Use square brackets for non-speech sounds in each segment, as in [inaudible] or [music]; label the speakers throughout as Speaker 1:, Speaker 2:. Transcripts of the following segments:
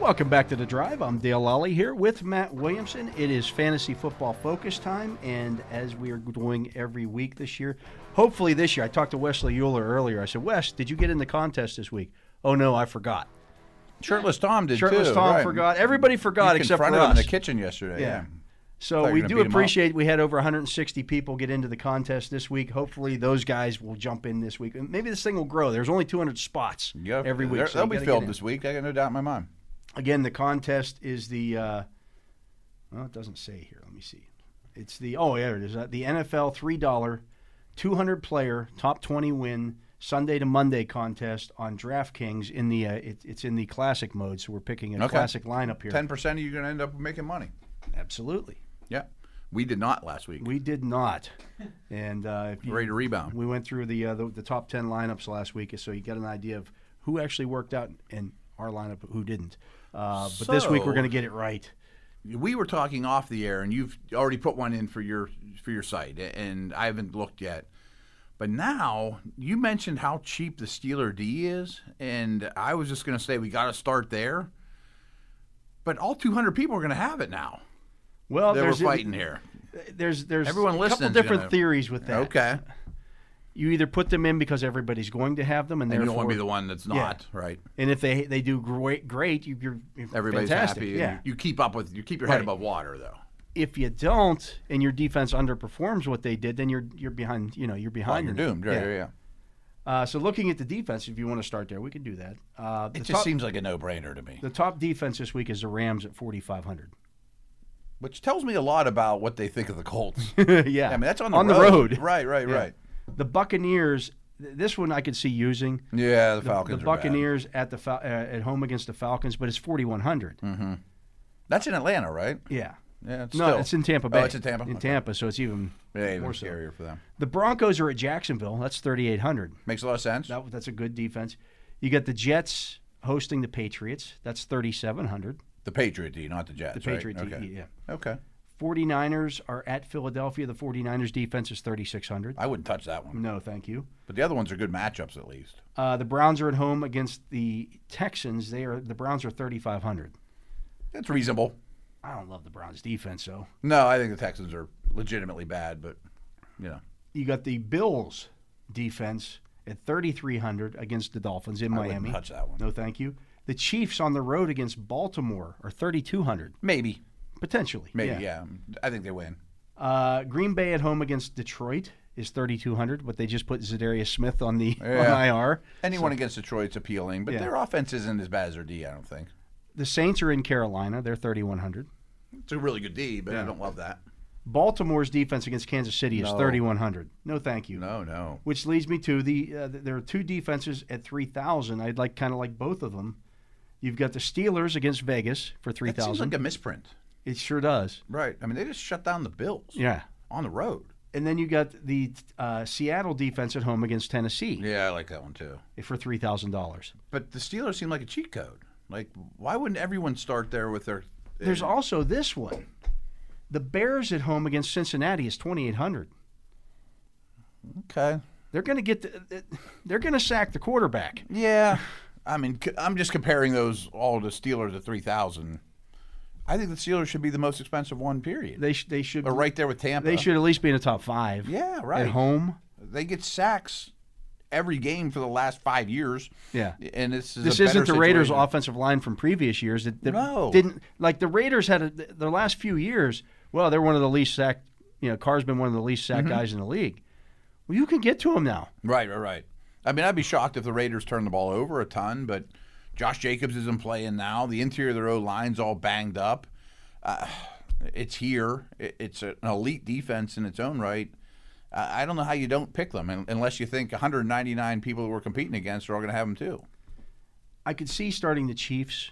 Speaker 1: Welcome back to the drive. I'm Dale Lally here with Matt Williamson. It is fantasy football focus time, and as we are doing every week this year, hopefully this year, I talked to Wesley Euler earlier. I said, Wes, did you get in the contest this week? Oh no, I forgot.
Speaker 2: Shirtless Tom did
Speaker 1: Shirtless
Speaker 2: too.
Speaker 1: Tom
Speaker 2: right.
Speaker 1: forgot. Everybody forgot
Speaker 2: you
Speaker 1: except for
Speaker 2: confronted him
Speaker 1: us.
Speaker 2: in the kitchen yesterday.
Speaker 1: Yeah.
Speaker 2: Yeah.
Speaker 1: So
Speaker 2: Thought you
Speaker 1: we
Speaker 2: were gonna
Speaker 1: do
Speaker 2: beat 'em up.
Speaker 1: appreciate we had over 160 people get into the contest this week. Hopefully those guys will jump in this week. And Maybe this thing will grow. There's only 200 spots
Speaker 2: Yeah,
Speaker 1: every week.
Speaker 2: they're-
Speaker 1: so
Speaker 2: They'll
Speaker 1: you
Speaker 2: be
Speaker 1: gotta get
Speaker 2: filled
Speaker 1: in.
Speaker 2: this week. I got no doubt in my mind.
Speaker 1: Again, the contest is the. Uh, well, it doesn't say here. Let me see. It's the oh yeah, it is uh, the NFL three dollar, two hundred player top twenty win Sunday to Monday contest on DraftKings in the uh, it, it's in the classic mode. So we're picking a
Speaker 2: Okay.
Speaker 1: classic lineup here.
Speaker 2: Ten percent of you are going to end up making money.
Speaker 1: Absolutely,
Speaker 2: Yeah. We did not last week.
Speaker 1: we did not. And uh, if you,
Speaker 2: Ready to rebound.
Speaker 1: we went through the, uh, the the top ten lineups last week, so you get an idea of who actually worked out in our lineup, who didn't. Uh, but this week we're
Speaker 2: So-
Speaker 1: going to get it right.
Speaker 2: We were talking off the air, and you've already put one in for your for your site, a- and I haven't looked yet. But now you mentioned how cheap the Steeler D is, and I was just going to say we got to start there. But all 200 people are going to have it now.
Speaker 1: Well,
Speaker 2: They were
Speaker 1: there's
Speaker 2: fighting here.
Speaker 1: There's there's
Speaker 2: Everyone
Speaker 1: a couple
Speaker 2: listening's
Speaker 1: different
Speaker 2: gonna-
Speaker 1: theories with that.
Speaker 2: Okay.
Speaker 1: You either put them in because everybody's going to have them, and
Speaker 2: And you
Speaker 1: therefore,
Speaker 2: don't want to be the one that's not, right?
Speaker 1: and if they they do great, great, you, you're, you're
Speaker 2: Everybody's
Speaker 1: fantastic.
Speaker 2: happy. and
Speaker 1: Yeah.
Speaker 2: You keep up with you keep your
Speaker 1: Right.
Speaker 2: head above water though.
Speaker 1: if you don't, and your defense underperforms what they did, then you're you're behind. You know, you're
Speaker 2: Well,
Speaker 1: behind.
Speaker 2: you're
Speaker 1: in it.
Speaker 2: doomed. Yeah, yeah. yeah.
Speaker 1: Uh, so looking at the defense, if you want to start there, we can do that. Uh, the
Speaker 2: It just
Speaker 1: top,
Speaker 2: seems like a no-brainer to me.
Speaker 1: the top defense this week is the Rams at [laughs] 4,500.
Speaker 2: Which tells me a lot about what they think of
Speaker 1: [laughs]
Speaker 2: the Colts.
Speaker 1: yeah,
Speaker 2: I mean, that's on the
Speaker 1: on
Speaker 2: road.
Speaker 1: the road.
Speaker 2: Right, right,
Speaker 1: Yeah.
Speaker 2: right.
Speaker 1: The Buccaneers. th- This one I could see using.
Speaker 2: Yeah, the
Speaker 1: the, the
Speaker 2: Falcons. are bad.
Speaker 1: Buccaneers at the Fal- uh, at home against the Falcons, but it's 4100.
Speaker 2: That's in Atlanta, right?
Speaker 1: Yeah.
Speaker 2: Yeah. It's
Speaker 1: No,
Speaker 2: still.
Speaker 1: it's in Tampa Bay.
Speaker 2: Oh, it's in Tampa.
Speaker 1: In
Speaker 2: Okay.
Speaker 1: Tampa, so it's even
Speaker 2: Yeah, even
Speaker 1: more so.
Speaker 2: scarier for them.
Speaker 1: The Broncos are at Jacksonville. That's 3800.
Speaker 2: Makes a lot of sense.
Speaker 1: That that's a good defense. You got the Jets hosting the Patriots. That's 3700.
Speaker 2: The Patriot D, not the Jets.
Speaker 1: The
Speaker 2: right?
Speaker 1: Patriot
Speaker 2: Okay.
Speaker 1: D- yeah.
Speaker 2: Okay.
Speaker 1: 49ers are at Philadelphia. The 49ers defense is 3600.
Speaker 2: I wouldn't touch that one.
Speaker 1: No, thank you.
Speaker 2: But the other ones are good matchups at least.
Speaker 1: Uh, the Browns are at home against the Texans. They are the Browns are 3500.
Speaker 2: That's reasonable.
Speaker 1: I don't love the Browns defense though.
Speaker 2: No, I think the Texans are legitimately bad, but you know.
Speaker 1: you got the Bills defense at 3,300 against the Dolphins in
Speaker 2: I
Speaker 1: Miami.
Speaker 2: wouldn't touch that one.
Speaker 1: No, thank you. The Chiefs on the road against Baltimore are 3,200
Speaker 2: Maybe.
Speaker 1: potentially.
Speaker 2: Maybe, yeah. I think they win.
Speaker 1: Uh, Green Bay at home against Detroit is 3,200, but they just put Zadarius Smith on the [laughs]
Speaker 2: Yeah.
Speaker 1: on IR.
Speaker 2: Anyone against Detroit's appealing, but
Speaker 1: Yeah.
Speaker 2: their offense isn't as bad as their D, I don't think.
Speaker 1: The Saints are in Carolina; they're 3,100.
Speaker 2: It's a really good D, but I don't love that.
Speaker 1: Baltimore's defense against Kansas City is
Speaker 2: No.
Speaker 1: 3,100. No, thank you.
Speaker 2: No, no.
Speaker 1: Which leads me to the uh, th- there are two defenses at 3,000. I'd like kind of like both of them. You've got the Steelers against Vegas for
Speaker 2: That seems
Speaker 1: 3,000.
Speaker 2: like a misprint.
Speaker 1: It sure does.
Speaker 2: Right. I mean, they just shut down the Bills
Speaker 1: Yeah.
Speaker 2: on the road.
Speaker 1: And then you got the uh, Seattle defense at home against Tennessee
Speaker 2: Yeah, I like that one too.
Speaker 1: for three thousand dollars.
Speaker 2: But the Steelers seem like a cheat code. Like, why wouldn't everyone start there with their?
Speaker 1: There's also this one. The Bears at home against Cincinnati is twenty eight hundred.
Speaker 2: okay.
Speaker 1: They're going to get the, they're going to sack the quarterback.
Speaker 2: Yeah. [sighs] I mean, c- I'm just comparing those all to Steelers at three thousand. I think the Steelers should be the most expensive one. Period.
Speaker 1: They sh- they should
Speaker 2: They're right there with Tampa.
Speaker 1: they should at least be in the top five.
Speaker 2: Yeah, right.
Speaker 1: At home,
Speaker 2: They get sacks every game for the last five years.
Speaker 1: Yeah.
Speaker 2: And this is
Speaker 1: this
Speaker 2: a
Speaker 1: isn't the
Speaker 2: better
Speaker 1: Raiders'
Speaker 2: situation.
Speaker 1: offensive line from previous years that, that
Speaker 2: No.
Speaker 1: didn't like the Raiders had a, their last few years. Well, they're one of the least sacked. You know, Carr's been one of the least sacked
Speaker 2: Mm-hmm.
Speaker 1: guys in the league. Well, you can get to him now.
Speaker 2: Right, right, right. I mean, I'd be shocked if the Raiders turn the ball over a ton, but Josh Jacobs isn't playing now. The interior of their O line's all banged up. Uh, it's here. It- It's an elite defense in its own right. I I don't know how you don't pick them un- unless you think 199 people that we're competing against are all going to have them too.
Speaker 1: I could see starting the Chiefs,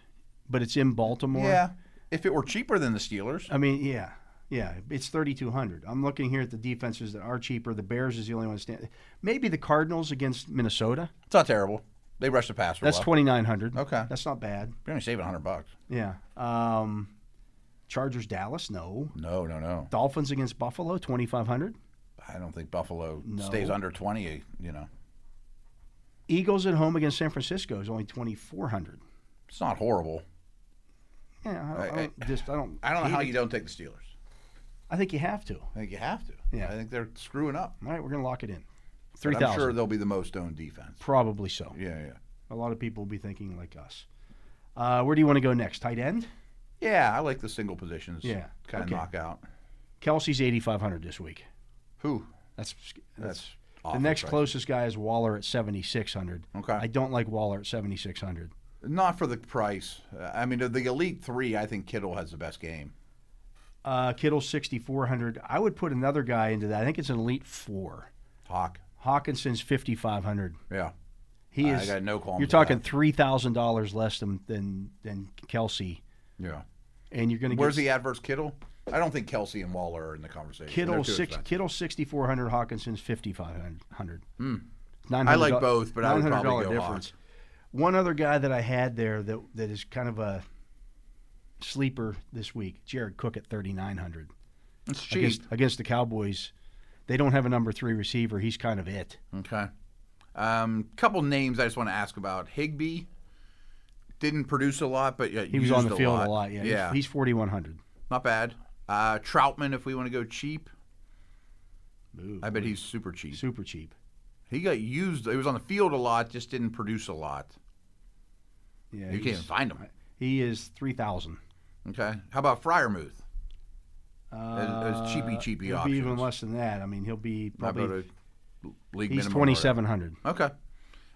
Speaker 1: but it's in Baltimore.
Speaker 2: Yeah. If it were cheaper than the Steelers,
Speaker 1: I mean, yeah. Yeah, it's 3,200. I'm looking here at the defenses that are cheaper. The Bears is the only one standing. Maybe the Cardinals against Minnesota.
Speaker 2: It's not terrible. They rush the passer.
Speaker 1: That's
Speaker 2: well.
Speaker 1: 2,900.
Speaker 2: Okay.
Speaker 1: That's not bad.
Speaker 2: You're only saving 100 bucks.
Speaker 1: Yeah. Um, Chargers, Dallas, no.
Speaker 2: No, no, no.
Speaker 1: Dolphins against Buffalo, 2,500.
Speaker 2: I don't think Buffalo stays under 20, you know.
Speaker 1: Eagles at home against San Francisco is only 2,400.
Speaker 2: It's not horrible.
Speaker 1: Yeah, I don't, I,
Speaker 2: I-
Speaker 1: don't just, I don't.
Speaker 2: I don't know
Speaker 1: hate
Speaker 2: how
Speaker 1: it.
Speaker 2: you don't take the Steelers.
Speaker 1: I think you have to. All
Speaker 2: I think you have to.
Speaker 1: Yeah.
Speaker 2: I think they're screwing up.
Speaker 1: right, we're gonna lock it in. Three
Speaker 2: But
Speaker 1: thousand.
Speaker 2: I'm sure they'll be the most owned defense.
Speaker 1: Probably so.
Speaker 2: Yeah, yeah.
Speaker 1: A lot of people will be thinking like us. Uh, where do you want to go next? Tight end.
Speaker 2: Yeah, I like the single positions.
Speaker 1: Yeah,
Speaker 2: Kind of
Speaker 1: okay.
Speaker 2: knockout.
Speaker 1: Kelsey's eighty five hundred this week.
Speaker 2: Who?
Speaker 1: That's that's,
Speaker 2: That's
Speaker 1: the
Speaker 2: awful
Speaker 1: next
Speaker 2: price.
Speaker 1: closest guy is Waller at seventy six hundred.
Speaker 2: Okay.
Speaker 1: I don't like Waller at seventy six hundred.
Speaker 2: Not for the price. Uh, I mean, of the elite three, I think Kittle has the best game.
Speaker 1: Uh, Kittle sixty four hundred. I would put another guy into that. I think it's an elite four.
Speaker 2: Hawk.
Speaker 1: Hawkinson's fifty five hundred.
Speaker 2: Yeah.
Speaker 1: He
Speaker 2: I
Speaker 1: is.
Speaker 2: got no qualms
Speaker 1: You're
Speaker 2: with that.
Speaker 1: talking three thousand dollars less than than than Kelsey,
Speaker 2: Yeah.
Speaker 1: and you're going to get
Speaker 2: Where's the adverse Kittle? I don't think Kelsey and Waller are in the conversation. They're
Speaker 1: Kittle
Speaker 2: too
Speaker 1: six
Speaker 2: expensive.
Speaker 1: Kittle sixty four hundred Hawkinson's fifty five hundred.
Speaker 2: Hmm. I like both, but I would probably go
Speaker 1: One other guy that I had there that that is kind of a sleeper this week, Jared Cook at thirty nine hundred
Speaker 2: It's cheap.
Speaker 1: against against the Cowboys. They don't have a number three receiver. He's kind of it.
Speaker 2: Okay. Um, couple names I just want to ask about. Higby didn't produce a lot, but yet
Speaker 1: He was on the field a lot. Yeah, he's-
Speaker 2: yeah,
Speaker 1: he's forty one hundred.
Speaker 2: not bad. Uh, Troutman, if we want to go cheap, I bet he's super cheap.
Speaker 1: super cheap.
Speaker 2: He got used. He was on the field a lot, just didn't produce a lot.
Speaker 1: Yeah,
Speaker 2: You
Speaker 1: he's-
Speaker 2: can't even find him.
Speaker 1: He is three thousand.
Speaker 2: Okay. How about Fryermuth?
Speaker 1: Uh,
Speaker 2: as cheapy, cheapy
Speaker 1: he'll be
Speaker 2: options.
Speaker 1: even less than that. I mean, he'll be
Speaker 2: How about
Speaker 1: probably
Speaker 2: a league
Speaker 1: he's
Speaker 2: minimum
Speaker 1: twenty
Speaker 2: already?
Speaker 1: seven hundred.
Speaker 2: Okay. Uh,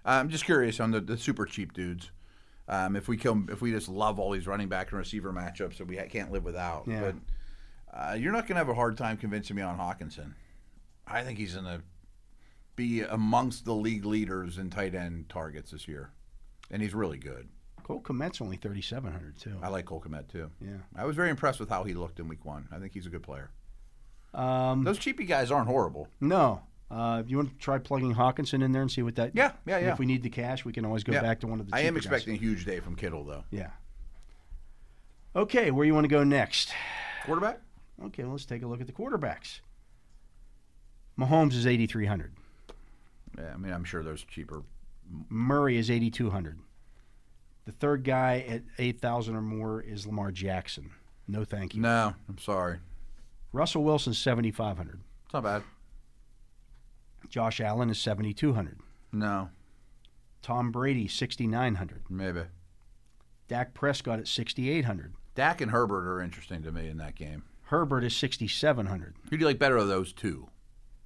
Speaker 2: I'm just curious on the, the super cheap dudes. Um, if we come, if we just love all these running back and receiver matchups that we ha- can't live without,
Speaker 1: Yeah.
Speaker 2: but uh, you're not going to have a hard time convincing me on Hawkinson. I think he's going to be amongst the league leaders in tight end targets this year, and he's really good.
Speaker 1: Cole Komet's only thirty seven hundred too.
Speaker 2: I like Cole Komet too.
Speaker 1: Yeah.
Speaker 2: I was very impressed with how he looked in week one. I think he's a good player.
Speaker 1: Um,
Speaker 2: Those cheapy guys aren't horrible.
Speaker 1: no. Uh, you want to try plugging Hawkinson in there and see what that?
Speaker 2: Yeah, yeah,
Speaker 1: and
Speaker 2: yeah.
Speaker 1: If we need the cash, we can always go
Speaker 2: Yeah.
Speaker 1: back to one of the.
Speaker 2: I am
Speaker 1: cheaper guys.
Speaker 2: expecting a huge day from Kittle though.
Speaker 1: Yeah. Okay, where you want to go next?
Speaker 2: Quarterback?
Speaker 1: Okay, let's take a look at the quarterbacks. Mahomes is eighty three hundred.
Speaker 2: Yeah, I mean, I'm sure there's cheaper
Speaker 1: Murray is eighty two hundred. The third guy at eight thousand or more is Lamar Jackson. No, thank you.
Speaker 2: No, I'm sorry.
Speaker 1: Russell Wilson seventy five hundred.
Speaker 2: It's not bad.
Speaker 1: Josh Allen is seventy two hundred.
Speaker 2: No,
Speaker 1: Tom Brady sixty nine hundred.
Speaker 2: maybe.
Speaker 1: Dak Prescott at sixty eight hundred.
Speaker 2: Dak and Herbert are interesting to me in that game.
Speaker 1: Herbert is 6,700.
Speaker 2: Who do you like better of those two?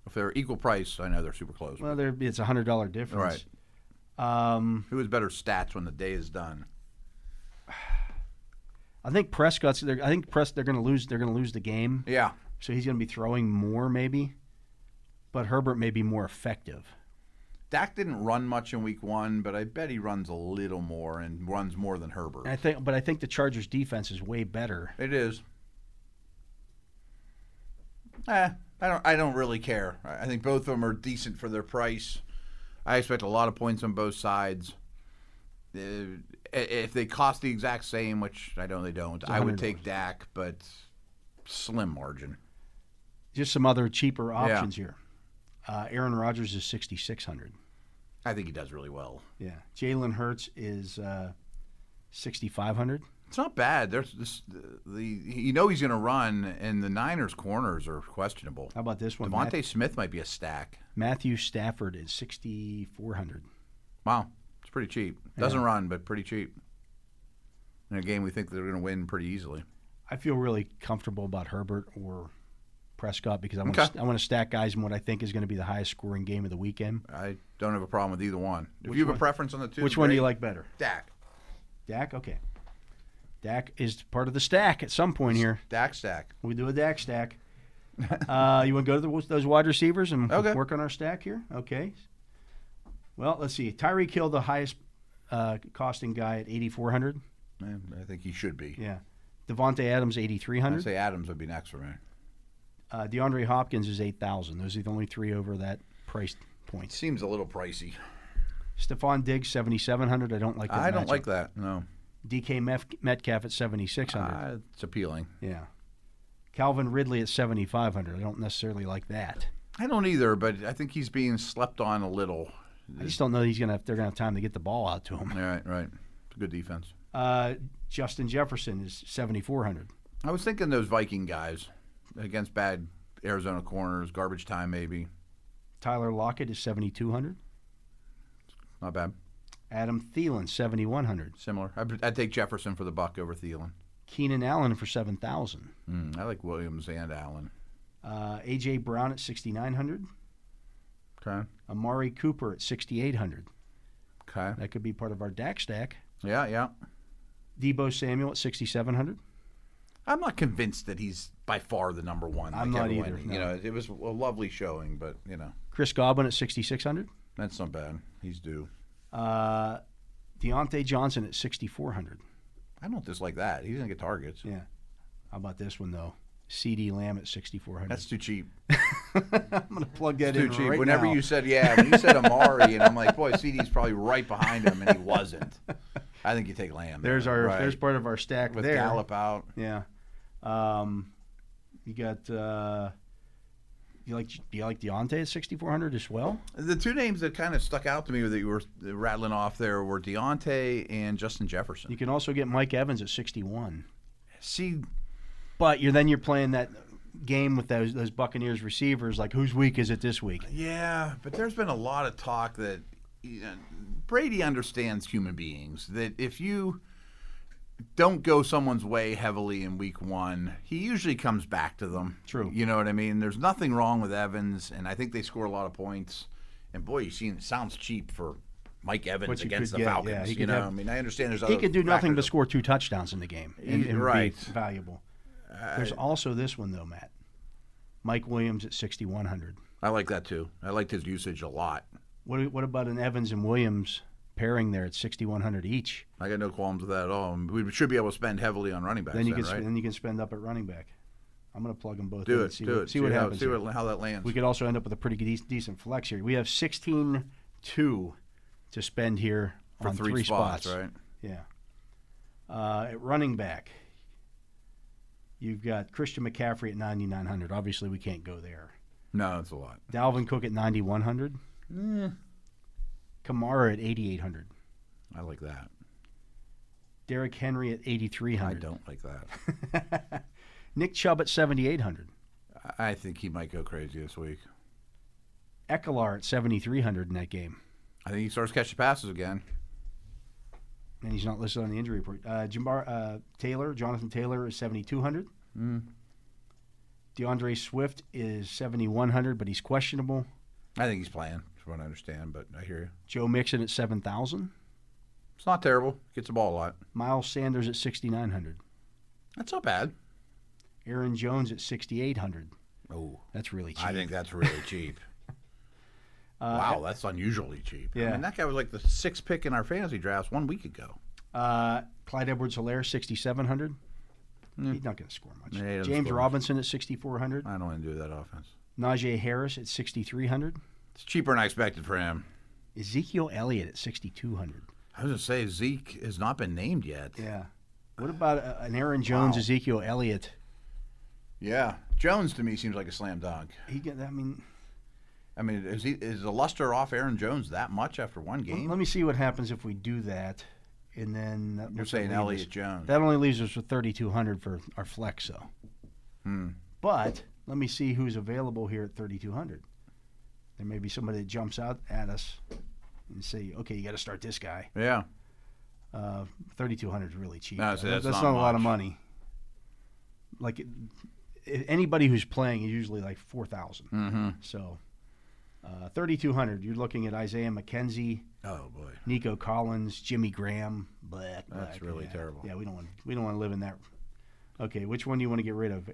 Speaker 2: If they're equal price, I know they're super close.
Speaker 1: Well, there it's a hundred dollar difference. Right. Um,
Speaker 2: Who has better stats when the day is done?
Speaker 1: I think Prescott's. They're, I think Press. They're going to lose. They're going to lose the game.
Speaker 2: Yeah.
Speaker 1: So he's going to be throwing more, maybe. But Herbert may be more effective.
Speaker 2: Dak didn't run much in week one, but I bet he runs a little more and runs more than Herbert.
Speaker 1: And I think. But I think the Chargers' defense is way better.
Speaker 2: It is. Eh, I don't. I don't really care. I I think both of them are decent for their price. I expect a lot of points on both sides. Uh, i- if they cost the exact same, which I know they don't, I would take Dak, but slim margin.
Speaker 1: Just some other cheaper options here. Uh, Aaron Rodgers is 6,600.
Speaker 2: I think he does really well.
Speaker 1: Yeah. Jalen Hurts is uh, 6,500.
Speaker 2: It's not bad. There's this, the, the you know he's going to run, and the Niners' corners are questionable.
Speaker 1: How about this one?
Speaker 2: Devontae
Speaker 1: Math-
Speaker 2: Smith might be a stack.
Speaker 1: Matthew Stafford is 6,400.
Speaker 2: Wow, it's pretty cheap. Doesn't run, but pretty cheap. In a game we think they're going to win pretty easily.
Speaker 1: I feel really comfortable about Herbert or Prescott because I want
Speaker 2: Okay.
Speaker 1: to, I want to stack guys in what I think is going to be the highest scoring game of the weekend.
Speaker 2: I don't have a problem with either one. If you have a preference on the two,
Speaker 1: Which one do you
Speaker 2: great.
Speaker 1: like better?
Speaker 2: Dak.
Speaker 1: Dak. Okay. Dak is part of the stack at some point here.
Speaker 2: Dak stack.
Speaker 1: We do a Dak [laughs] stack. uh, you want to go to the, those wide receivers and
Speaker 2: Okay.
Speaker 1: work on our stack here? Okay. Well, let's see. Tyree Kill, the highest uh, costing guy at 8,400.
Speaker 2: Man, I think he should be.
Speaker 1: Yeah. Devontae Adams,
Speaker 2: I'd
Speaker 1: 8,300.
Speaker 2: say Adams would be next for me.
Speaker 1: Uh, DeAndre Hopkins is eight thousand. Those are the only three over that price point.
Speaker 2: Seems a little pricey.
Speaker 1: Stephon Diggs seventy seven hundred. I don't like. That
Speaker 2: I don't
Speaker 1: matchup.
Speaker 2: like that. No,
Speaker 1: DK Mef- Metcalf at seventy six hundred.
Speaker 2: uh, it's appealing.
Speaker 1: yeah. Calvin Ridley at seventy five hundred. I don't necessarily like that.
Speaker 2: I don't either, but I think he's being slept on a little.
Speaker 1: I just don't know he's gonna have, they're gonna have time to get the ball out to him.
Speaker 2: All right, right. It's a good defense.
Speaker 1: Uh, Justin Jefferson is seventy four hundred.
Speaker 2: I was thinking those Viking guys against bad Arizona corners, garbage time maybe.
Speaker 1: Tyler Lockett is seventy two hundred.
Speaker 2: Not bad.
Speaker 1: Adam Thielen seventy one hundred.
Speaker 2: Similar. I, I'd take Jefferson for the buck over Thielen.
Speaker 1: Keenan Allen for seven thousand.
Speaker 2: Mm, I like Williams and Allen.
Speaker 1: Uh, AJ Brown at sixty nine hundred.
Speaker 2: Okay.
Speaker 1: Amari Cooper at sixty eight hundred.
Speaker 2: Okay.
Speaker 1: That could be part of our DAC stack.
Speaker 2: Yeah, yeah.
Speaker 1: Debo Samuel at 6,700.
Speaker 2: I'm not convinced that he's by far the number one.
Speaker 1: I'm not either,
Speaker 2: You
Speaker 1: no.
Speaker 2: know, it was a lovely showing, but you know,
Speaker 1: Chris Goblin at 6,600.
Speaker 2: that's not bad. He's due.
Speaker 1: Uh, Deontay Johnson at 6,400.
Speaker 2: I don't dislike that. He's gonna get targets.
Speaker 1: Yeah. How about this one, though? CD Lamb at 6,400.
Speaker 2: That's too cheap.
Speaker 1: [laughs] I'm going to plug that
Speaker 2: Too
Speaker 1: in
Speaker 2: cheap.
Speaker 1: right
Speaker 2: Whenever
Speaker 1: now.
Speaker 2: you said yeah, when you said Amari, and I'm like, boy, CD's probably right behind him, and he wasn't. I think you take Lamb.
Speaker 1: [laughs] There's our
Speaker 2: Right.
Speaker 1: there's part of our stack
Speaker 2: with
Speaker 1: there.
Speaker 2: Gallup out.
Speaker 1: Yeah. Um, you got uh, you like you like Deontay at 6,400 as well.
Speaker 2: The two names that kind of stuck out to me that you were rattling off there were Deontay and Justin Jefferson.
Speaker 1: You can also get Mike Evans at 61.
Speaker 2: See,
Speaker 1: But you're then you're playing that game with those those Buccaneers receivers. Like whose week is it this week?
Speaker 2: yeah, but there's been a lot of talk that you know, Brady understands human beings. That if you don't go someone's way heavily in week one, he usually comes back to them.
Speaker 1: True.
Speaker 2: You know what I mean? There's nothing wrong with Evans, and I think they score a lot of points. And boy, you see, it sounds cheap for Mike
Speaker 1: What
Speaker 2: Evans
Speaker 1: you
Speaker 2: against
Speaker 1: could get,
Speaker 2: the
Speaker 1: yeah,
Speaker 2: Falcons.
Speaker 1: he
Speaker 2: you
Speaker 1: could
Speaker 2: know,
Speaker 1: have-
Speaker 2: I mean, I understand there's
Speaker 1: He
Speaker 2: other
Speaker 1: could do nothing but
Speaker 2: factors.
Speaker 1: score two touchdowns in the game, and,
Speaker 2: He-
Speaker 1: and
Speaker 2: right. Uh,
Speaker 1: be valuable. There's also this one though, Matt. Mike Williams at 6,100.
Speaker 2: I like that too. I liked his usage a lot.
Speaker 1: What what about an Evans and Williams pairing there at 6,100 each?
Speaker 2: I got no qualms with that at all. We should be able to spend heavily on running backs.
Speaker 1: then you
Speaker 2: then,
Speaker 1: can
Speaker 2: right?
Speaker 1: spend, then you can spend up at running back. I'm going to plug them both. in
Speaker 2: do
Speaker 1: and
Speaker 2: it.
Speaker 1: See
Speaker 2: do
Speaker 1: what,
Speaker 2: it.
Speaker 1: See, what
Speaker 2: how,
Speaker 1: happens.
Speaker 2: See
Speaker 1: here.
Speaker 2: what, how that lands.
Speaker 1: we could also end up with a pretty de- decent flex here. We have 16 2 to spend here
Speaker 2: for
Speaker 1: on
Speaker 2: three,
Speaker 1: three
Speaker 2: spots, right?
Speaker 1: Yeah. Uh, at running back, you've got Christian McCaffrey at 9,900. Obviously, we can't go there.
Speaker 2: No, that's a lot.
Speaker 1: Dalvin Cook at 9,100. Kamara at 8,800.
Speaker 2: I like that.
Speaker 1: Derrick Henry at
Speaker 2: I
Speaker 1: 8,300.
Speaker 2: don't like that.
Speaker 1: [laughs] Nick Chubb at 7,800.
Speaker 2: I- I think he might go crazy this week.
Speaker 1: Ekelar at 7,300 in that game.
Speaker 2: I think he starts catching passes again.
Speaker 1: And he's not listed on the injury report. Uh, Jamar uh, Taylor, Jonathan Taylor is 7,200. DeAndre Swift is 7,100, but he's questionable.
Speaker 2: I think he's playing, from what I understand, but I hear you.
Speaker 1: Joe Mixon at 7,000.
Speaker 2: It's not terrible. Gets the ball a lot.
Speaker 1: Miles Sanders at 6,900.
Speaker 2: That's not bad.
Speaker 1: Aaron Jones at 6,800.
Speaker 2: Oh,
Speaker 1: That's really cheap. Uh,
Speaker 2: I think that's really
Speaker 1: [laughs]
Speaker 2: cheap. wow, that's unusually cheap. I
Speaker 1: yeah.
Speaker 2: mean, that guy was like the sixth pick in our fantasy drafts one week ago.
Speaker 1: Uh, Clyde Edwards Hilaire, 6,700. He's not going to score much.
Speaker 2: Hmm. Yeah, he doesn't
Speaker 1: James
Speaker 2: score much.
Speaker 1: Robinson at 6,400.
Speaker 2: I don't want to do that offense.
Speaker 1: Najee Harris at 6,300.
Speaker 2: It's cheaper than I expected for him.
Speaker 1: Ezekiel Elliott at 6,200.
Speaker 2: I was gonna say Zeke has not been named yet.
Speaker 1: Yeah. What about uh, an Aaron Jones, Ezekiel Elliott?
Speaker 2: Yeah. Jones to me seems like a slam dunk.
Speaker 1: He, get- I mean,
Speaker 2: I mean, is he is the luster off Aaron Jones that much after one game?
Speaker 1: let me see what happens if we do that, and then that-
Speaker 2: You're
Speaker 1: what's that
Speaker 2: saying
Speaker 1: leave us?
Speaker 2: Elliott Jones.
Speaker 1: That only leaves us with 3,200 for our flex, though.
Speaker 2: Hmm.
Speaker 1: But let me see who's available here at 3,200. There may be somebody that jumps out at us and say, "Okay, you got to start this guy."
Speaker 2: yeah.
Speaker 1: Uh, 3,200 is really cheap.
Speaker 2: No,
Speaker 1: though.
Speaker 2: so that's
Speaker 1: that's
Speaker 2: not
Speaker 1: a lot of
Speaker 2: much.
Speaker 1: money. Like it, i- anybody who's playing is usually like 4,000.
Speaker 2: Mm-hmm.
Speaker 1: So, uh, 3,200. You're looking at Isaiah McKenzie,
Speaker 2: Oh boy.
Speaker 1: Nico Collins, Jimmy Graham. Black.
Speaker 2: That's really
Speaker 1: yeah.
Speaker 2: terrible.
Speaker 1: Yeah, we don't want we don't want to live in that. Okay, which one do you want to get rid of?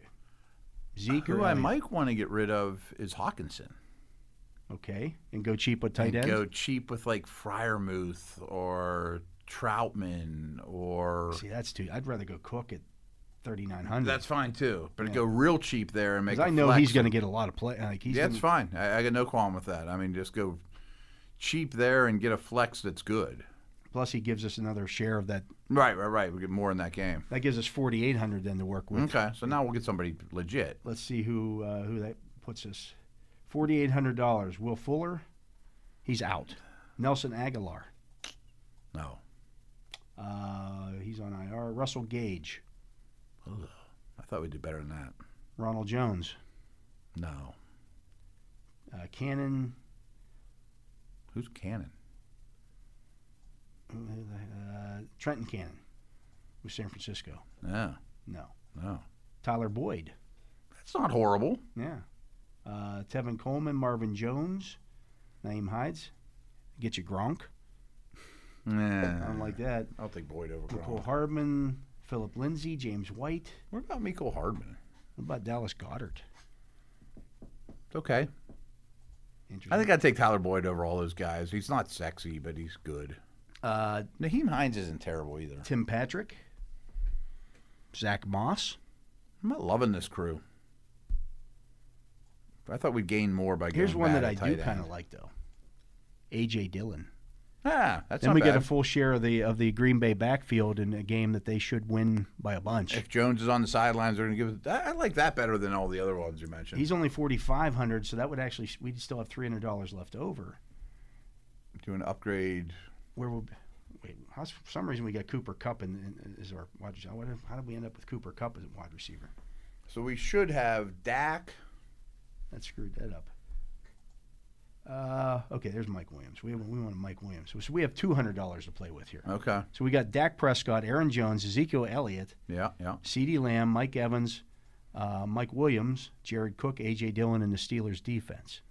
Speaker 1: Zeke or
Speaker 2: Who I
Speaker 1: Elliott?
Speaker 2: might want to get rid of is Hawkinson.
Speaker 1: Okay, and go cheap with tight
Speaker 2: And
Speaker 1: end.
Speaker 2: Go cheap with like Fryermuth or Troutman or
Speaker 1: See, that's too. I'd rather go Cook at thirty nine hundred.
Speaker 2: That's fine too, but go real cheap there and make.
Speaker 1: I
Speaker 2: a
Speaker 1: know
Speaker 2: flex.
Speaker 1: he's going to get a lot of play. Like he's
Speaker 2: Yeah,
Speaker 1: gonna-
Speaker 2: it's fine. I, I got no qualm with that. I mean, just go cheap there and get a flex that's good.
Speaker 1: plus he gives us another share of that.
Speaker 2: Right, right, right. We get more in that game.
Speaker 1: That gives us forty eight hundred then to work with.
Speaker 2: Okay, so now we'll get somebody legit.
Speaker 1: Let's see who uh, who that puts us. Forty eight hundred dollars. Will Fuller, he's out. Nelson Aguilar,
Speaker 2: No,
Speaker 1: uh, he's on IR. Russell Gage,
Speaker 2: I thought we'd do better than that.
Speaker 1: Ronald Jones,
Speaker 2: No,
Speaker 1: uh, Cannon.
Speaker 2: who's Cannon?
Speaker 1: Uh, Trenton Cannon with San Francisco.
Speaker 2: Yeah,
Speaker 1: No.
Speaker 2: no,
Speaker 1: Tyler Boyd.
Speaker 2: that's not horrible.
Speaker 1: Yeah. Uh, Tevin Coleman, Marvin Jones, Naeem Hides. Get you Gronk. I
Speaker 2: Yeah,
Speaker 1: don't like that.
Speaker 2: I'll take Boyd over.
Speaker 1: Nicole
Speaker 2: Uh, Gronk.
Speaker 1: Hardman, Philip Lindsay, James White.
Speaker 2: What about Miko Hardman?
Speaker 1: What about Dallas Goddard?
Speaker 2: It's okay. I
Speaker 1: Interesting.
Speaker 2: think I'd take Tyler Boyd over all those guys. He's not sexy, but he's good.
Speaker 1: uh,
Speaker 2: Naheem Hines isn't terrible either.
Speaker 1: Tim Patrick, Zach Moss.
Speaker 2: I'm not loving this crew. I thought we'd gain more by going
Speaker 1: Here's one
Speaker 2: bad
Speaker 1: that I
Speaker 2: at
Speaker 1: do
Speaker 2: tight
Speaker 1: kind
Speaker 2: end.
Speaker 1: of like though. AJ Dillon.
Speaker 2: Ah, that's
Speaker 1: Then
Speaker 2: not
Speaker 1: we
Speaker 2: bad.
Speaker 1: get a full share of the of the Green Bay backfield in a game that they should win by a bunch.
Speaker 2: if Jones is on the sidelines, they're going to give it. I I like that better than all the other ones you mentioned.
Speaker 1: He's only forty five hundred, so that would actually we'd still have three hundred dollars left over.
Speaker 2: Do an upgrade.
Speaker 1: Where will wait? How's, for some reason we got Cooper Cup in, in, as our wide receiver. What- How did we end up with Cooper Cup as a wide receiver?
Speaker 2: So we should have Dak.
Speaker 1: That screwed that up. Uh, okay, there's Mike Williams. We have, we want a Mike Williams. So we have two hundred dollars to play with here.
Speaker 2: Okay.
Speaker 1: So we got Dak Prescott, Aaron Jones, Ezekiel Elliott,
Speaker 2: Yeah, yeah.
Speaker 1: C.D. Lamb, Mike Evans, uh, Mike Williams, Jared Cook, A.J. Dillon, and the Steelers defense.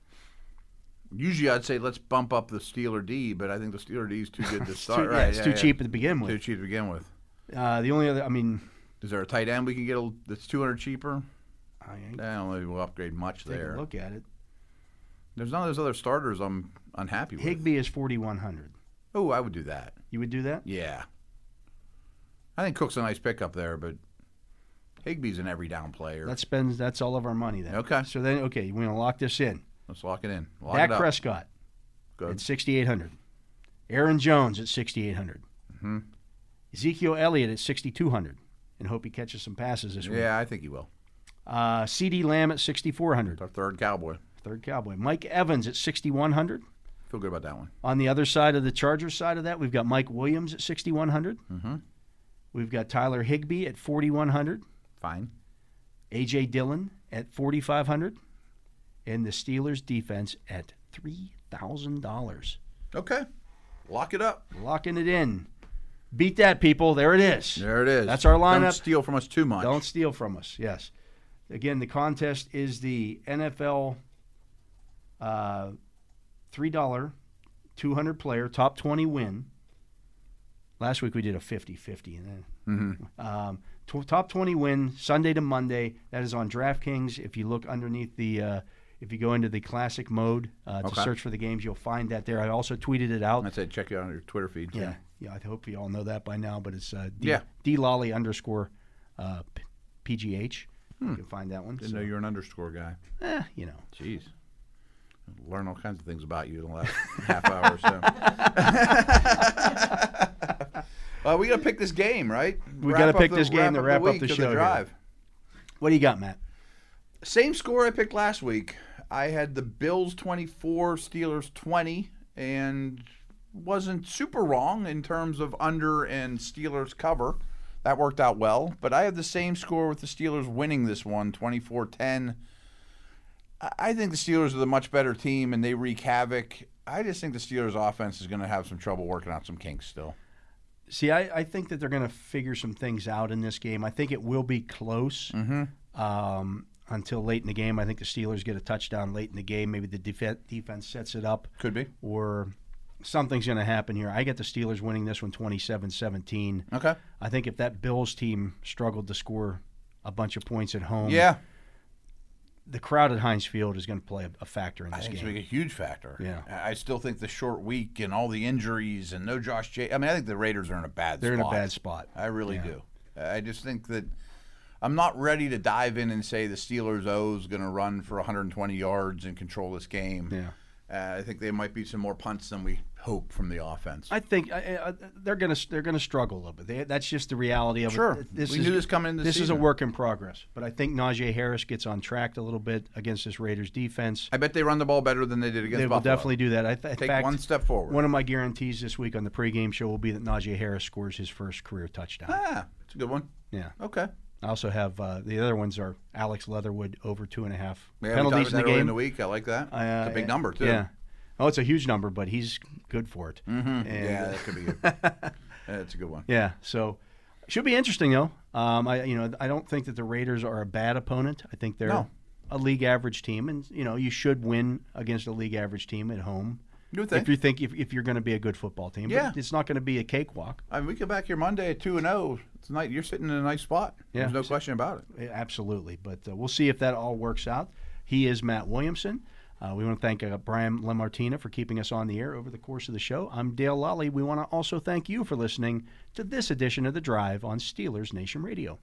Speaker 2: Usually I'd say let's bump up the Steeler D, but I think the Steeler D is too good
Speaker 1: [laughs]
Speaker 2: to
Speaker 1: It's
Speaker 2: start.
Speaker 1: too, yeah,
Speaker 2: right,
Speaker 1: it's
Speaker 2: yeah,
Speaker 1: too
Speaker 2: yeah.
Speaker 1: cheap to begin
Speaker 2: Too
Speaker 1: with.
Speaker 2: cheap to begin with.
Speaker 1: Uh, the only other, I mean,
Speaker 2: Is there a tight end we can get a, that's 200 cheaper?
Speaker 1: I ain't
Speaker 2: I don't think we'll upgrade much
Speaker 1: take
Speaker 2: there.
Speaker 1: a look at it.
Speaker 2: There's none of those other starters I'm unhappy with.
Speaker 1: Higby is 4,100.
Speaker 2: Oh, I would do that.
Speaker 1: You would do that?
Speaker 2: Yeah. I think Cook's a nice pickup there, but Higby's an every down player.
Speaker 1: That spends. That's all of our money then.
Speaker 2: Okay.
Speaker 1: So then, okay, we're gonna lock this in.
Speaker 2: Let's lock it in. Lock
Speaker 1: Dak
Speaker 2: it up.
Speaker 1: Prescott
Speaker 2: Good.
Speaker 1: at 6,800. Aaron Jones at 6,800.
Speaker 2: Mhm.
Speaker 1: Ezekiel Elliott at 6,200, and hope he catches some passes this week.
Speaker 2: yeah, I think he will.
Speaker 1: Uh, C.D. Lamb at 6,400.
Speaker 2: It's our third Cowboy.
Speaker 1: Third Cowboy. Mike Evans at 6,100.
Speaker 2: Feel good about that one.
Speaker 1: On the other side of the Chargers side of that, we've got Mike Williams at 6,100.
Speaker 2: Mhm.
Speaker 1: We've got Tyler Higbee at 4,100.
Speaker 2: Fine.
Speaker 1: A.J. Dillon at 4,500. And the Steelers defense at $3,000.
Speaker 2: Okay. Lock it up.
Speaker 1: Locking it in. Beat that, people. There it is.
Speaker 2: There it is.
Speaker 1: That's our
Speaker 2: Don't
Speaker 1: lineup.
Speaker 2: steal from us too much.
Speaker 1: Don't steal from us. Yes. Again, the contest is the NFL uh, three dollar, two hundred player top twenty win. Last week we did a 50-50. and then
Speaker 2: Mm-hmm.
Speaker 1: um, tw- top twenty win Sunday to Monday. That is on DraftKings. If you look underneath the, uh, if you go into the classic mode uh, to
Speaker 2: Okay.
Speaker 1: search for the games, you'll find that there. I also tweeted it out.
Speaker 2: I said check you out on your Twitter feed.
Speaker 1: Yeah, yeah. I hope you all know that by now, but it's uh, D,
Speaker 2: Yeah.
Speaker 1: D Lolly underscore uh, P- PGH. You can find that one.
Speaker 2: Hmm. Didn't
Speaker 1: So,
Speaker 2: know you were an underscore guy.
Speaker 1: eh, you know,
Speaker 2: Jeez. Learn all kinds of things about you in the last half hour or so.
Speaker 1: [laughs]
Speaker 2: uh, we got to pick this game, right?
Speaker 1: We
Speaker 2: Wrap
Speaker 1: gotta
Speaker 2: up
Speaker 1: pick
Speaker 2: the-
Speaker 1: this game to wrap up
Speaker 2: week
Speaker 1: the
Speaker 2: of
Speaker 1: show here.
Speaker 2: drive.
Speaker 1: what do you got, Matt?
Speaker 2: Same score I picked last week. I had the Bills 24, Steelers 20, and wasn't super wrong in terms of under and Steelers cover. That worked out well. But I have the same score with the Steelers winning this one 24 10. I think the Steelers are the much better team and they wreak havoc. I just think the Steelers offense is going to have some trouble working out some kinks still.
Speaker 1: See, I, I think that they're going to figure some things out in this game. I think it will be close
Speaker 2: Mm-hmm.
Speaker 1: um, until late in the game. I think the Steelers get a touchdown late in the game. Maybe the def- defense sets it up.
Speaker 2: Could be.
Speaker 1: Or something's going to happen here. I get the Steelers winning this one 27 17.
Speaker 2: Okay.
Speaker 1: I think if that Bills team struggled to score a bunch of points at home,
Speaker 2: Yeah.
Speaker 1: the crowd at Heinz Field is going to play a, a factor in
Speaker 2: I
Speaker 1: this
Speaker 2: think
Speaker 1: game.
Speaker 2: it's going to be a huge factor.
Speaker 1: Yeah.
Speaker 2: I I still think the short week and all the injuries and no Josh J. I mean, I think the Raiders are in a bad
Speaker 1: They're in a
Speaker 2: spot.
Speaker 1: bad spot.
Speaker 2: I really do. I just think that I'm not ready to dive in and say the Steelers O is going to run for 120 yards and control this game.
Speaker 1: Yeah.
Speaker 2: Uh, I think there might be some more punts than we hope from the offense.
Speaker 1: I think I, I, they're going to they're going to struggle a little bit. They, that's just the reality of
Speaker 2: Sure.
Speaker 1: it. This
Speaker 2: We
Speaker 1: is,
Speaker 2: knew this coming into the
Speaker 1: This is a
Speaker 2: season.
Speaker 1: work in progress, but I think Najee Harris gets on track a little bit against this Raiders defense.
Speaker 2: I bet they run the ball better than they did against
Speaker 1: They will
Speaker 2: Buffalo.
Speaker 1: definitely do that. I th- in
Speaker 2: Take
Speaker 1: fact,
Speaker 2: one step forward.
Speaker 1: One of my guarantees this week on the pregame show will be that Najee Harris scores his first career touchdown.
Speaker 2: Ah, it's a good one.
Speaker 1: Yeah.
Speaker 2: Okay.
Speaker 1: I also have uh, the other ones are Alex Leatherwood over two and a half
Speaker 2: Yeah,
Speaker 1: penalties
Speaker 2: we talked about
Speaker 1: in the
Speaker 2: that early
Speaker 1: game.
Speaker 2: in the week. I like that.
Speaker 1: Uh,
Speaker 2: it's a big number too.
Speaker 1: Yeah. Oh, it's a huge number, but he's good for it. Mm-hmm. And,
Speaker 2: yeah, that could
Speaker 1: [laughs]
Speaker 2: be good. Yeah, That's a good one.
Speaker 1: Yeah, so should be interesting though. Um, I you know I don't think that the Raiders are a bad opponent. I think they're
Speaker 2: No.
Speaker 1: a league average team, and you know you should win against a league average team at home.
Speaker 2: You would
Speaker 1: If
Speaker 2: think.
Speaker 1: you think if, if you're going to be a good football team,
Speaker 2: Yeah.
Speaker 1: but it's not going to be a cakewalk.
Speaker 2: I mean, we come back here Monday at two and zero tonight. You're sitting in a nice spot.
Speaker 1: Yeah.
Speaker 2: There's no question about it.
Speaker 1: Uh, Absolutely, but uh, we'll see if that all works out. He is Matt Williamson. Uh, we want to thank uh, Brian Lamartina for keeping us on the air over the course of the show. I'm Dale Lally. We want to also thank you for listening to this edition of The Drive on Steelers Nation Radio.